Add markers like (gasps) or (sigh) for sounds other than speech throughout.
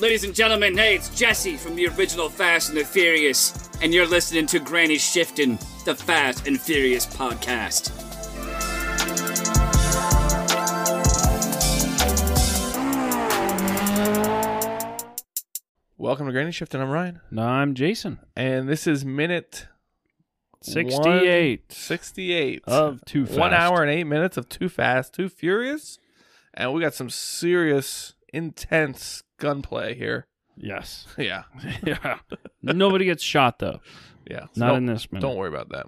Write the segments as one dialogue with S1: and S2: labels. S1: Ladies and gentlemen, hey, it's Jesse from the original Fast and the Furious, and you're listening to Granny Shifting, the Fast and Furious podcast.
S2: Welcome to Granny Shift, and I'm Ryan.
S3: No, I'm Jason.
S2: And this is minute
S3: 68
S2: 68
S3: of Too Fast.
S2: one hour and eight minutes of Too Fast, Too Furious. And we got some serious, intense gunplay here. (laughs)
S3: Yes.
S2: Yeah.
S3: (laughs) Yeah. Nobody gets shot though.
S2: Yeah. So
S3: Not
S2: don't,
S3: in this minute.
S2: Don't worry about that.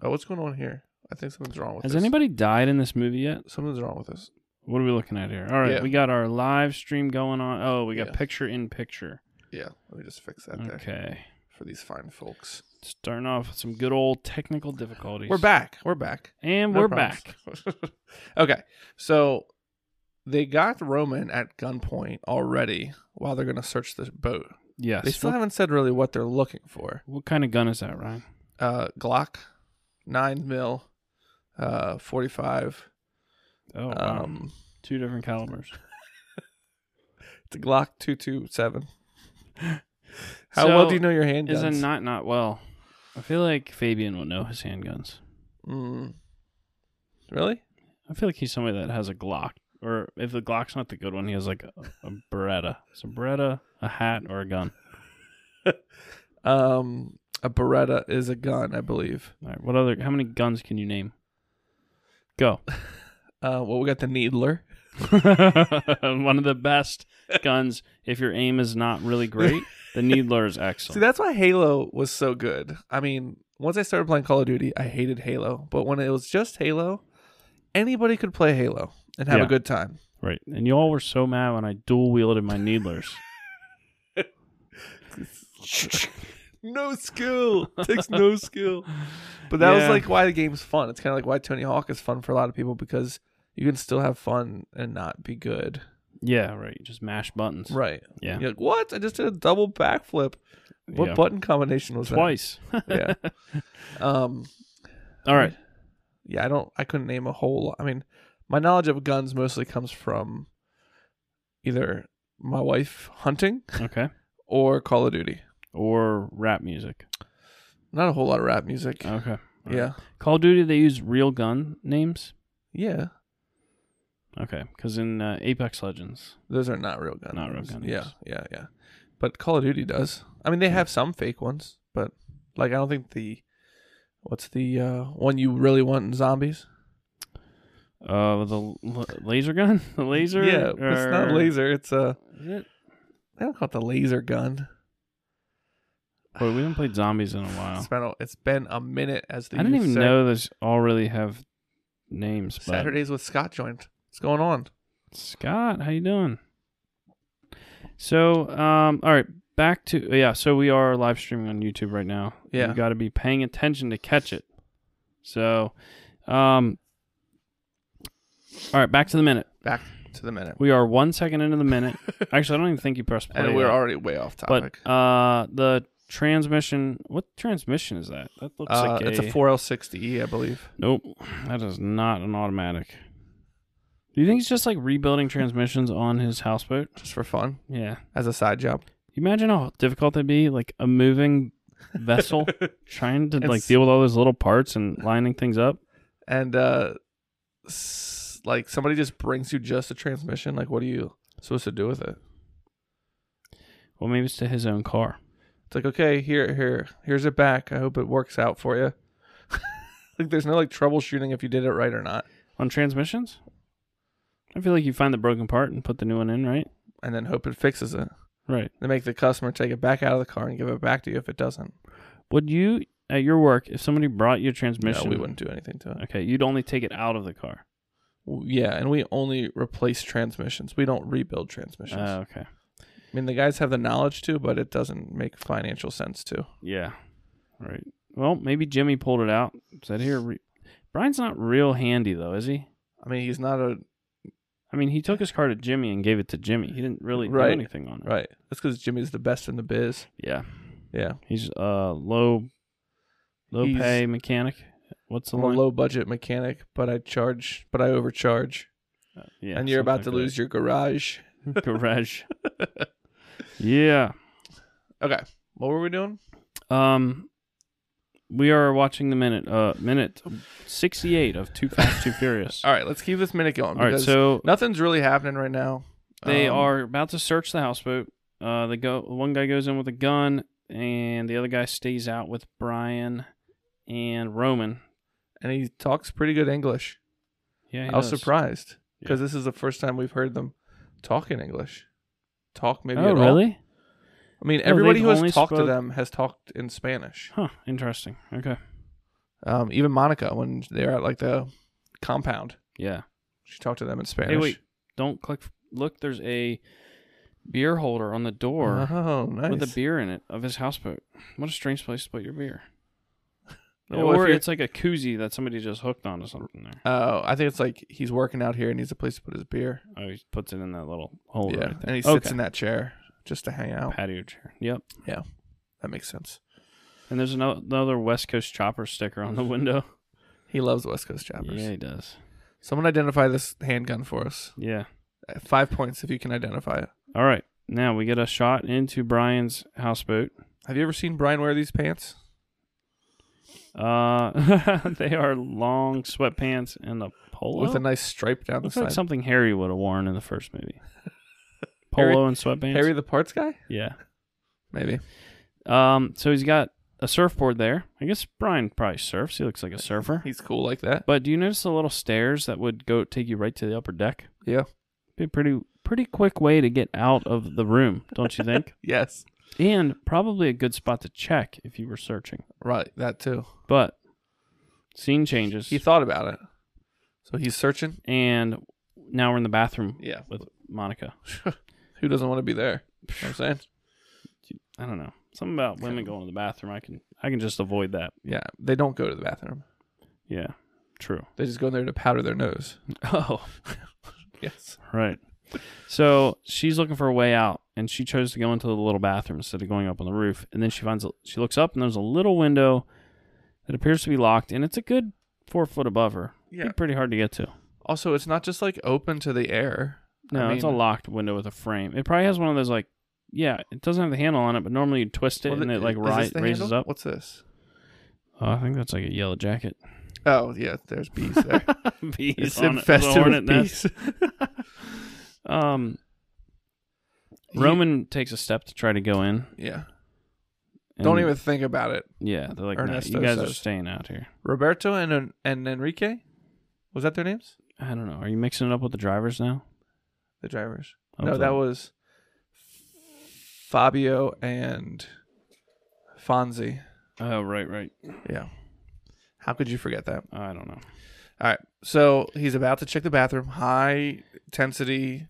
S2: Oh, what's going on here? I think something's wrong with
S3: Has
S2: this.
S3: anybody died in this movie yet?
S2: Something's wrong with this.
S3: What are we looking at here? All right,
S2: Yeah.
S3: we got our live stream going on. Oh, we got
S2: Yeah.
S3: picture in picture.
S2: Yeah. Let me just fix that there
S3: Okay.
S2: for these fine folks.
S3: Starting off with some good old technical difficulties.
S2: We're back. We're back.
S3: And
S2: No
S3: we're
S2: problems.
S3: back.
S2: (laughs) okay. So they got Roman at gunpoint already while they're going to search this boat.
S3: Yes.
S2: They still
S3: what,
S2: haven't said really what they're looking for.
S3: what kind of gun is that, Ryan?
S2: Uh, Glock, nine mil, uh, forty-five.
S3: Oh, wow.
S2: um,
S3: two different calibers.
S2: it's a Glock two two
S3: (laughs)
S2: seven. How
S3: So,
S2: well do you know your handguns?
S3: Is it not not well? I feel like Fabian will know his handguns.
S2: Mm. Really?
S3: I feel like he's somebody that has a Glock, or if the Glock's not the good one, he has like a, a Beretta. It's a Beretta, a hat, or a gun.
S2: Um, a Beretta is a gun, I believe.
S3: All right, what other? How many guns can you name? Go. (laughs)
S2: Uh, well, we got the Needler.
S3: One of the best guns. If your aim is not really great, the Needler is excellent.
S2: See, that's why Halo was so good. I mean, once I started playing Call of Duty, I hated Halo, but when it was just Halo, anybody could play Halo and have
S3: Yeah.
S2: a good time.
S3: right, and y'all were so mad when I dual wielded my
S2: (laughs)
S3: Needlers. (laughs)
S2: no skill takes no skill but that was
S3: Yeah.
S2: like why the game's fun it's kind of like why tony hawk is fun for a lot of people because you can still have fun and not be good
S3: yeah, right. You just mash buttons.
S2: right
S3: Yeah.
S2: you're like what i just did a double backflip what
S3: Yeah.
S2: button combination was
S3: Twice. (laughs)
S2: that yeah um
S3: All
S2: (laughs)
S3: right.
S2: yeah i don't i couldn't name a whole lot i mean my knowledge of guns mostly comes from either my wife hunting
S3: Okay.
S2: or call of duty
S3: Or rap music.
S2: not a whole lot of rap music
S3: Okay. All right.
S2: yeah
S3: Call of Duty, they use real gun names.
S2: yeah
S3: Okay, because in uh, Apex Legends,
S2: Those are not real guns.
S3: Not real gun
S2: Yeah,
S3: names.
S2: yeah, yeah. But Call of Duty does. I mean, they have some fake ones, but like I don't think the what's the uh, one you really want in zombies?
S3: uh, the l- laser gun, (laughs) the laser.
S2: yeah, it's not
S3: or-
S2: laser. It's a
S3: Is it?
S2: they don't call it the laser gun.
S3: Boy, we haven't played zombies in a while.
S2: It's been a, it's been a minute as the
S3: Oh, I didn't
S2: youth
S3: even
S2: say.
S3: know this all really have names. But
S2: Saturdays with Scott joined. What's going on?
S3: Scott, how you doing? So, um, all right, back to yeah. So we are live streaming on YouTube right now.
S2: Yeah.
S3: you got to be paying attention to catch it. So, um, all right, back to the minute.
S2: Back to the minute,
S3: We are one second into the minute. Actually, I don't even think you pressed play.
S2: (laughs) and we're
S3: yet.
S2: already way off topic.
S3: Oh, But uh, the transmission. What transmission is that? That looks
S2: uh,
S3: like
S2: it's a four L sixty E, I believe.
S3: Nope, that is not an automatic. Do you think he's just like rebuilding transmissions on his houseboat?
S2: Just for fun,
S3: Yeah.
S2: as a side job.
S3: You imagine how difficult that'd be, like a moving vessel trying to like
S2: It's-
S3: deal with all those little parts and lining things up.
S2: and uh s- like somebody just brings you just a transmission like what are you supposed to do with it
S3: Well, maybe it's to his own car.
S2: it's like okay here here here's it back i hope it works out for you (laughs) like there's no like troubleshooting if you did it right or not
S3: On transmissions, I feel like you find the broken part and put the new one in, right?
S2: and then hope it fixes it
S3: Right.
S2: they make the customer take it back out of the car and give it back to you if it doesn't
S3: Would you at your work if somebody brought you a transmission?
S2: no we wouldn't do anything to it
S3: Okay, you'd only take it out of the car.
S2: Well, yeah and we only replace transmissions we don't rebuild transmissions
S3: Uh, okay.
S2: i mean the guys have the knowledge to but it doesn't make financial sense to
S3: Yeah. Right. Well, maybe Jimmy pulled it out. Said here, re- Brian's not real handy though, is he?
S2: i mean he's not a
S3: I mean, he took his car to Jimmy and gave it to Jimmy. He didn't really
S2: Right.
S3: do anything on it.
S2: right that's because jimmy's the best in the biz
S3: Yeah.
S2: yeah
S3: He's uh low, low
S2: He's-
S3: pay mechanic. What's the
S2: I'm a
S3: line?
S2: low budget mechanic, but I charge, but I overcharge,
S3: yeah,
S2: and you're about to
S3: something (laughs)
S2: lose your (laughs) garage.
S3: like that. garage. Yeah.
S2: Okay. What were we doing?
S3: Um, we are watching the minute uh minute sixty eight of Too Fast Too
S2: (laughs)
S3: Furious.
S2: All right, let's keep this minute going.
S3: All right,
S2: Oh, because
S3: so
S2: nothing's really happening right now.
S3: they
S2: Um,
S3: are about to search the houseboat. Uh, the go one guy goes in with a gun, and the other guy stays out with Brian and Roman.
S2: and he talks pretty good English.
S3: Yeah, he
S2: I was
S3: does.
S2: surprised because this is the first time we've heard them talk in English. Talk maybe.
S3: Oh,
S2: at all.
S3: really?
S2: I mean,
S3: No,
S2: everybody
S3: they've
S2: who
S3: only
S2: has talked to
S3: spoke-
S2: them has talked in Spanish.
S3: Huh. Interesting. Okay.
S2: Um, even Monica, when they were at like the compound,
S3: Yeah.
S2: she talked to them in Spanish.
S3: Hey, wait! Don't click. Look, there's a beer holder on the door
S2: oh, nice.
S3: with a beer in it of his houseboat. What a strange place to put your beer.
S2: Well, if
S3: or
S2: you're-
S3: it's like a koozie that somebody just hooked onto something there.
S2: Oh, I think it's like he's working out here and needs a place to put his beer.
S3: Oh, he puts it in that little hole
S2: yeah,
S3: right there.
S2: and he sits
S3: Okay.
S2: in that chair just to hang out.
S3: patio chair. Yep.
S2: That makes sense.
S3: And there's ano- another West Coast Chopper sticker on
S2: (laughs)
S3: the window.
S2: He loves West Coast choppers.
S3: Yeah, he does.
S2: Someone identify this handgun for us.
S3: Yeah.
S2: Uh, Five points if you can identify it.
S3: All right. Now we get a shot into Brian's houseboat.
S2: Have you ever seen Brian wear these pants?
S3: Uh, (laughs) they are long sweatpants and a polo.
S2: With a nice stripe down the
S3: Looks
S2: side.
S3: like something Harry would have worn in the first movie. Polo
S2: (laughs) Harry-
S3: and sweatpants.
S2: Harry the Parts guy?
S3: Yeah.
S2: Maybe.
S3: Um. So he's got a surfboard there. I guess Brian probably surfs. He looks like a surfer.
S2: He's cool like that.
S3: But do you notice the little stairs that would go take you right to the upper deck?
S2: Yeah.
S3: Be a pretty pretty quick way to get out of the room, don't you
S2: (laughs)
S3: think?
S2: Yes.
S3: and probably a good spot to check if you were searching.
S2: Right. That too.
S3: But scene changes,
S2: He thought about it. So he's searching.
S3: and now we're in the bathroom
S2: Yeah.
S3: with Monica.
S2: Who doesn't want to be there? You know what I'm saying?
S3: I don't know something about women going to the bathroom. I can I can just avoid that.
S2: (sighs) Yeah. They don't go to the bathroom.
S3: Yeah, true.
S2: They just go in there to powder their nose.
S3: Oh,
S2: (laughs) Yes.
S3: right. So she's looking for a way out, and she chose to go into the little bathroom instead of going up on the roof. And then she finds a, she looks up, and there's a little window that appears to be locked, and it's a good four foot above her.
S2: Yeah.
S3: Be pretty hard to get to.
S2: Also, it's not just like open to the air. I
S3: No, it's a
S2: mean-
S3: locked window with a frame. It probably has one of those like, yeah, it doesn't have the handle on it, but normally you twist it
S2: Well,
S3: and
S2: th-
S3: it like
S2: is
S3: ri-
S2: this the
S3: raises
S2: handle?
S3: up.
S2: What's this?
S3: Oh, I think that's like a yellow
S2: (laughs)
S3: jacket.
S2: Oh yeah, there's bees (laughs) there.
S3: bees
S2: it's
S3: on it. It's a
S2: infested
S3: hornet
S2: with
S3: nest.
S2: (laughs) bees.
S3: Um,
S2: He-
S3: Roman takes a step to try to go in.
S2: yeah,
S3: and-
S2: don't even think about it.
S3: Yeah, they're like, "Nah,
S2: Ernesto
S3: you guys are
S2: says-
S3: staying out here.
S2: Roberto and En- and Enrique, was that their names?
S3: I don't know. Are you mixing it up with the drivers now?
S2: The drivers.
S3: Of
S2: no,
S3: the-
S2: that was Fabio and Fonzie.
S3: Oh, right, right.
S2: Yeah. How could you forget that?
S3: I don't know.
S2: All right. So he's about to check the bathroom. High intensity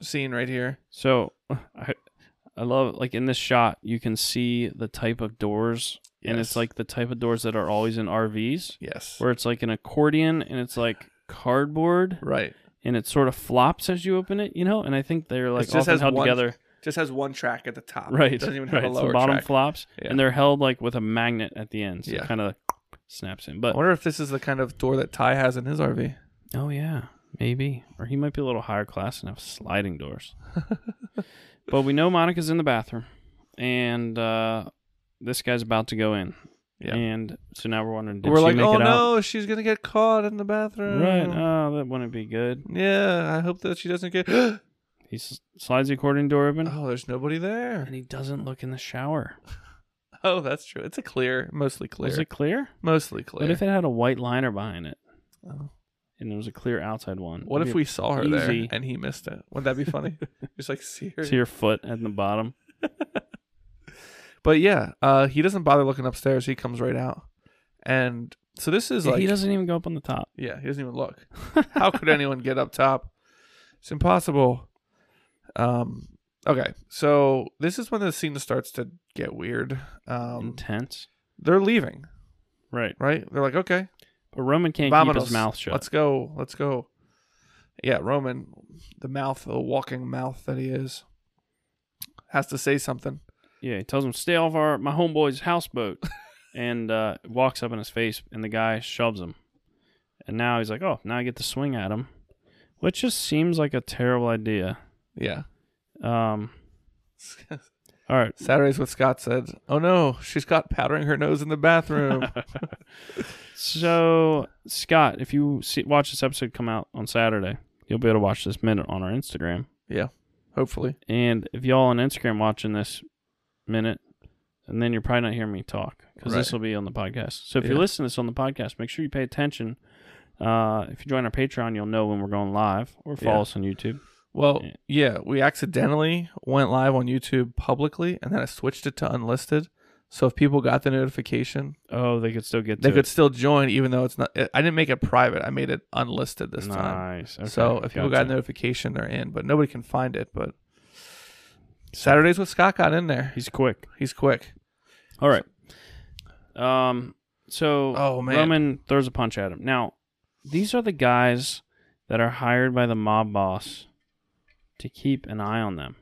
S2: scene right here.
S3: So (laughs) I, I love like in this shot you can see the type of doors, and
S2: Yes.
S3: it's like the type of doors that are always in RVs,
S2: Yes.
S3: where it's like an accordion and it's like cardboard
S2: right.
S3: and it sort of flops as you open it, you know. And I think they're like
S2: just
S3: often
S2: has
S3: held
S2: one
S3: together,
S2: Just has one track at the
S3: (laughs)
S2: top.
S3: right?
S2: Doesn't even
S3: right.
S2: have a
S3: so
S2: lower
S3: the bottom
S2: track.
S3: flops,
S2: Yeah.
S3: and they're held like with a magnet at the end, so
S2: Yeah.
S3: it kind of snaps in.
S2: I
S3: But
S2: wonder if this is the kind of door that Ty has in his RV.
S3: Oh yeah, maybe. Or he might be a little higher class and have sliding
S2: (laughs)
S3: doors. but we know Monica's in the bathroom, and uh, this guy's about to go in.
S2: Yeah.
S3: And so now we're wondering, did
S2: We're
S3: she
S2: like,
S3: make
S2: oh
S3: it out?
S2: no, she's gonna get caught in the bathroom.
S3: Right. Oh, that wouldn't be good.
S2: yeah, I hope that she doesn't get. (gasps) oh,
S3: He s- slides the accordion door open,
S2: there's nobody there.
S3: and he doesn't look in the shower.
S2: Oh, that's true. It's a clear, mostly clear,
S3: Was it clear?
S2: mostly clear.
S3: What if it had a white liner behind it,
S2: Oh.
S3: and there was a clear outside one?
S2: What if
S3: Maybe
S2: we saw her there
S3: easy.
S2: and he missed it? Would that be (laughs) funny? Just like see her.
S3: to your foot at the bottom?
S2: But yeah, uh, he doesn't bother looking upstairs. He comes right out, and so this is like
S3: he doesn't even go up on the top.
S2: Yeah, he doesn't
S3: (laughs)
S2: even look. How could anyone get up top? It's impossible. Um. Okay, so this is when the scene starts to get weird. Um,
S3: Intense.
S2: they're leaving,
S3: Right.
S2: right? They're like, okay,
S3: But Roman can't keep
S2: Vominos,
S3: his mouth shut.
S2: Let's go. Let's go. Yeah, Roman, the mouth, the walking mouth that he is, has to say something.
S3: Yeah, he tells him stay off our my homeboy's houseboat, and uh, walks up in his face, and the guy shoves him, and now he's like, oh, now I get to swing at
S2: (laughs)
S3: him, which just seems like a terrible idea.
S2: Yeah.
S3: Um, All right.
S2: Saturdays what Scott said. Oh no, she's got powdering her nose in
S3: (laughs)
S2: the bathroom.
S3: So, Scott, if you see, watch this episode come out on Saturday, you'll be able to watch this minute on our Instagram.
S2: Hopefully.
S3: And if y'all on Instagram watching this minute, and then you're probably not hearing me talk because
S2: Right.
S3: this will be on the podcast. So if you
S2: Yeah.
S3: listen to this on the podcast, make sure you pay attention. Uh, if you join our Patreon, you'll know when we're going live or follow
S2: Yeah.
S3: us on YouTube.
S2: Well,
S3: Yeah.
S2: yeah, we accidentally went live on YouTube publicly and then I switched it to unlisted. So if people got the notification,
S3: Oh, they could still get
S2: they
S3: to
S2: could still join even though it's not I didn't make it private. I made it unlisted
S3: it.
S2: this time.
S3: nice. Okay,
S2: so if people got a
S3: gotcha.
S2: notification, they're in, but nobody can find it, but Saturdays with Scott got in there.
S3: he's quick.
S2: He's quick.
S3: All right. Um. So
S2: Oh man.
S3: Roman throws a punch at him. Now, these are the guys that are hired by the mob boss to keep an eye on them,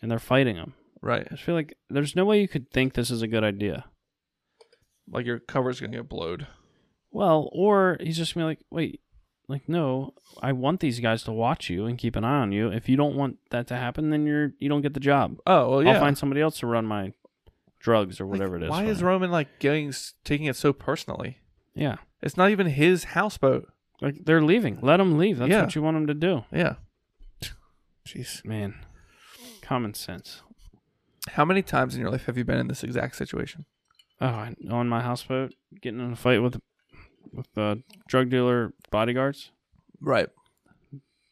S3: and they're fighting them.
S2: Right.
S3: I just feel like there's no way you could think this is a good idea.
S2: Like your cover's gonna get blowed.
S3: Well, or he's just gonna be like, wait, like no, I want these guys to watch you and keep an eye on you. If you don't want that to happen, then you're you don't get the job.
S2: Oh well yeah.
S3: I'll find somebody else to run my drugs or
S2: Like,
S3: whatever it is.
S2: Why
S3: for
S2: is
S3: me.
S2: Roman like getting s- taking it so personally?
S3: yeah?
S2: It's not even his houseboat.
S3: Like they're leaving. Let them leave. That's
S2: Yeah.
S3: what you want them to do.
S2: Yeah. Jeez.
S3: Man, common sense.
S2: How many times in your life have you been in this exact situation?
S3: Oh, I- on my houseboat, getting in a fight with with uh, drug dealer bodyguards.
S2: Right.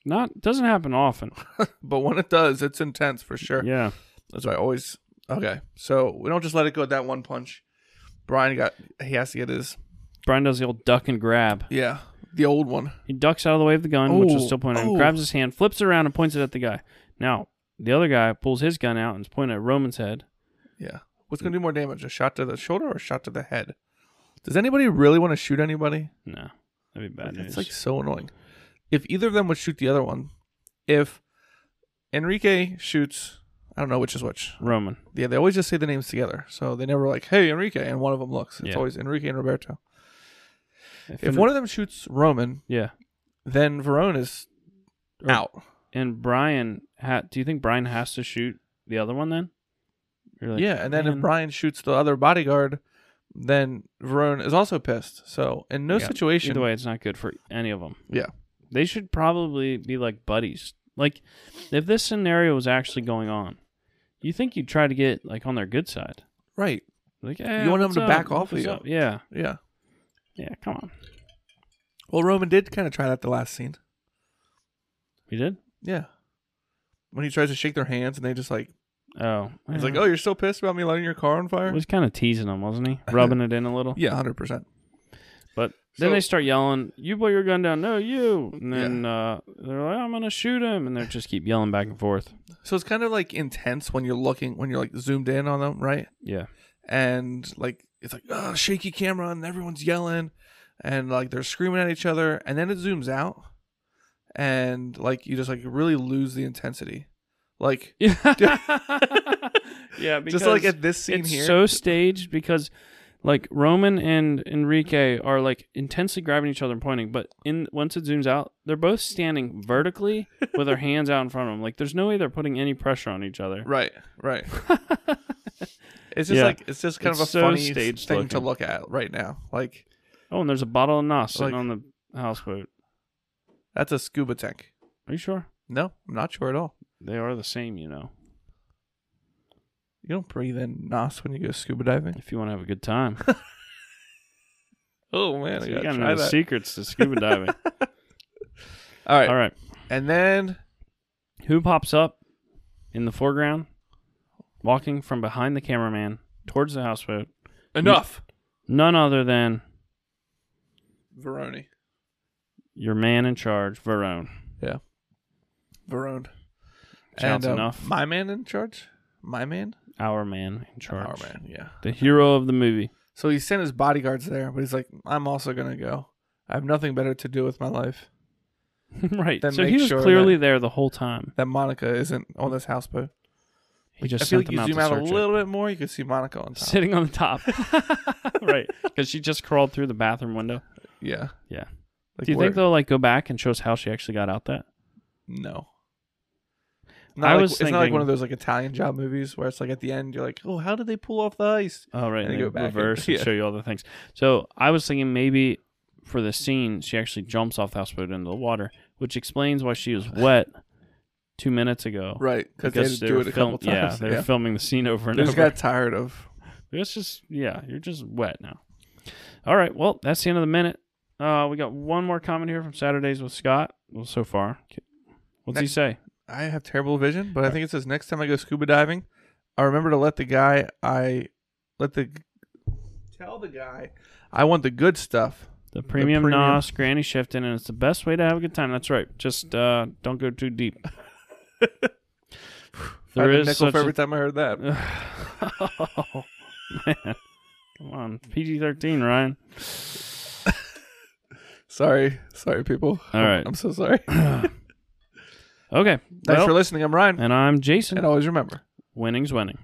S3: Not doesn't happen often.
S2: But when it does, it's intense for (laughs) sure.
S3: Yeah.
S2: That's why I always Okay. So we don't just let it go at that one punch. Brian got he has to get his
S3: Brian does the old duck and grab.
S2: yeah, the old one.
S3: He ducks out of the way of the gun, which was
S2: Oh,
S3: still pointed at
S2: oh.
S3: him, grabs his hand, flips it around, and points it at the guy. Now, the other guy pulls his gun out and is pointing at Roman's head.
S2: Yeah. What's gonna do more damage? A shot to the shoulder or a shot to the head? Does anybody really want to shoot anybody?
S3: No, that'd be bad
S2: It's
S3: news.
S2: like so annoying. If either of them would shoot the other one, if Enrique shoots, I don't know which is which.
S3: Roman.
S2: Yeah, they always just say the names together, so they never like, "Hey, Enrique," and one of them looks. It's
S3: Yeah.
S2: always Enrique and Roberto. If
S3: it-
S2: one of them shoots Roman,
S3: yeah,
S2: then Verone is
S3: Or-
S2: out.
S3: and Brian, ha- do you think Brian has to shoot the other one then? You're like,
S2: yeah, and then
S3: "Man."
S2: if Brian shoots the other bodyguard, then Verone is also pissed. So in no
S3: Yeah,
S2: situation,
S3: Either way, it's not good for any of them.
S2: Yeah.
S3: They should probably be like buddies. Like, if this scenario was actually going on, you think you'd try to get like on their good side.
S2: right?
S3: Like, eh,
S2: You want 'em
S3: what's
S2: to
S3: up?
S2: back off of
S3: What's
S2: you.
S3: up? Yeah.
S2: Yeah.
S3: Yeah. Come on.
S2: Well, Roman did kind of try that the last scene.
S3: We did?
S2: Yeah. When he tries to shake their hands and they just like,
S3: Oh.
S2: he's like,
S3: yeah.
S2: "Oh, you're still pissed about me lighting your car on
S3: He
S2: fire?"
S3: was kind of teasing him, wasn't
S2: (laughs)
S3: he? Rubbing it in a little.
S2: Yeah, hundred percent.
S3: But then
S2: So-
S3: they start yelling, "You put your gun down!" No, you. And then uh, they're like, "I'm gonna shoot him," and they just keep yelling back and forth.
S2: So it's kind of like intense when you're looking when you're like zoomed in on them, right? (laughs)
S3: Yeah. (laughs)
S2: and like it's like oh, shaky camera and everyone's yelling and like they're screaming at each other and then it zooms out and like you just like really lose the intensity like
S3: Yeah. yeah.
S2: just like at this scene
S3: it's
S2: here
S3: so staged because like Roman and Enrique are like intensely grabbing each other and pointing, but in once it zooms out, they're both standing vertically with their hands out in front of them. Like there's no way they're putting any pressure on each other.
S2: right right
S3: (laughs)
S2: it's just
S3: Yeah.
S2: like it's just kind of a
S3: It's so
S2: funny
S3: staged
S2: thing
S3: looking.
S2: to look at right now like
S3: Oh, and there's a bottle of Nos sitting
S2: Like-
S3: on the houseboat.
S2: that's a scuba tank
S3: Are you sure?
S2: no i'm not sure at all
S3: They are the same, you know.
S2: you don't breathe in nos when you go scuba diving
S3: If you want to have a good time,
S2: oh man
S3: So
S2: i
S3: you
S2: gotta
S3: gotta
S2: try
S3: know the
S2: that
S3: secrets to scuba diving.
S2: all right
S3: All right,
S2: and then
S3: who pops up in the foreground, walking from behind the cameraman towards the houseboat?
S2: enough
S3: None other than
S2: veroni
S3: your man in charge, Verone.
S2: Verone. uh,
S3: Shouts enough.
S2: My man in charge? My man?
S3: Our man in charge.
S2: Our man, yeah.
S3: The hero of the movie. (laughs)
S2: So he sent his bodyguards there, but he's like, I'm also going to go. I have nothing better to do with my life
S3: right.
S2: Then
S3: so he
S2: make
S3: was
S2: sure
S3: clearly there the whole time.
S2: that Monica isn't on this houseboat.
S3: He just
S2: I feel
S3: sent
S2: like you
S3: them
S2: zoom
S3: out to
S2: out a
S3: search it.
S2: (laughs) little bit more, you could see Monica on top.
S3: Sitting on the top.
S2: (laughs)
S3: right. Because she just crawled through the bathroom window.
S2: Yeah.
S3: Yeah.
S2: Like,
S3: Do you
S2: where-
S3: think they'll like go back and show us how she actually got out that?
S2: No. Not
S3: I
S2: like,
S3: was
S2: it's not like one
S3: thinking-
S2: of those like Italian job movies where it's like at the end you're like, oh, how did they pull off the ice?
S3: Oh, right.
S2: And
S3: And
S2: they
S3: they
S2: go back and- (laughs)
S3: reverse and,
S2: yeah.
S3: show you all the things. So I was thinking maybe for the scene, she actually jumps off the houseboat into the water, which explains why she was wet two minutes ago.
S2: Right, because they had to
S3: Because
S2: do
S3: were
S2: it a
S3: film-
S2: couple times.
S3: Yeah, they're filming the scene (laughs) over and
S2: They just
S3: over.
S2: got tired of.
S3: It's just, yeah, you're just wet now. All right. Well, that's the end of the minute. Uh, we got one more comment here from Saturdays with Scott. Well, so far, what's he
S2: Next-
S3: say?
S2: I have terrible vision, but I think it says next time I go scuba diving, I remember to let the guy I let the tell the guy I want the good stuff.
S3: The premium,
S2: premium-
S3: NOS Granny Shifting, and it's the best way to have a good time. That's right. Just uh, don't go too
S2: (laughs)
S3: deep.
S2: I
S3: there
S2: had a
S3: is
S2: nickel
S3: such
S2: for every
S3: a...
S2: time I heard that.
S3: (laughs) oh, man. Come on. PG 13, Ryan.
S2: Sorry, sorry, people.
S3: All right.
S2: (laughs) I'm
S3: (laughs)
S2: so sorry. Thanks
S3: Okay. well,
S2: for listening. I'm Ryan,
S3: and I'm Jason.
S2: and always remember.
S3: Winning's winning.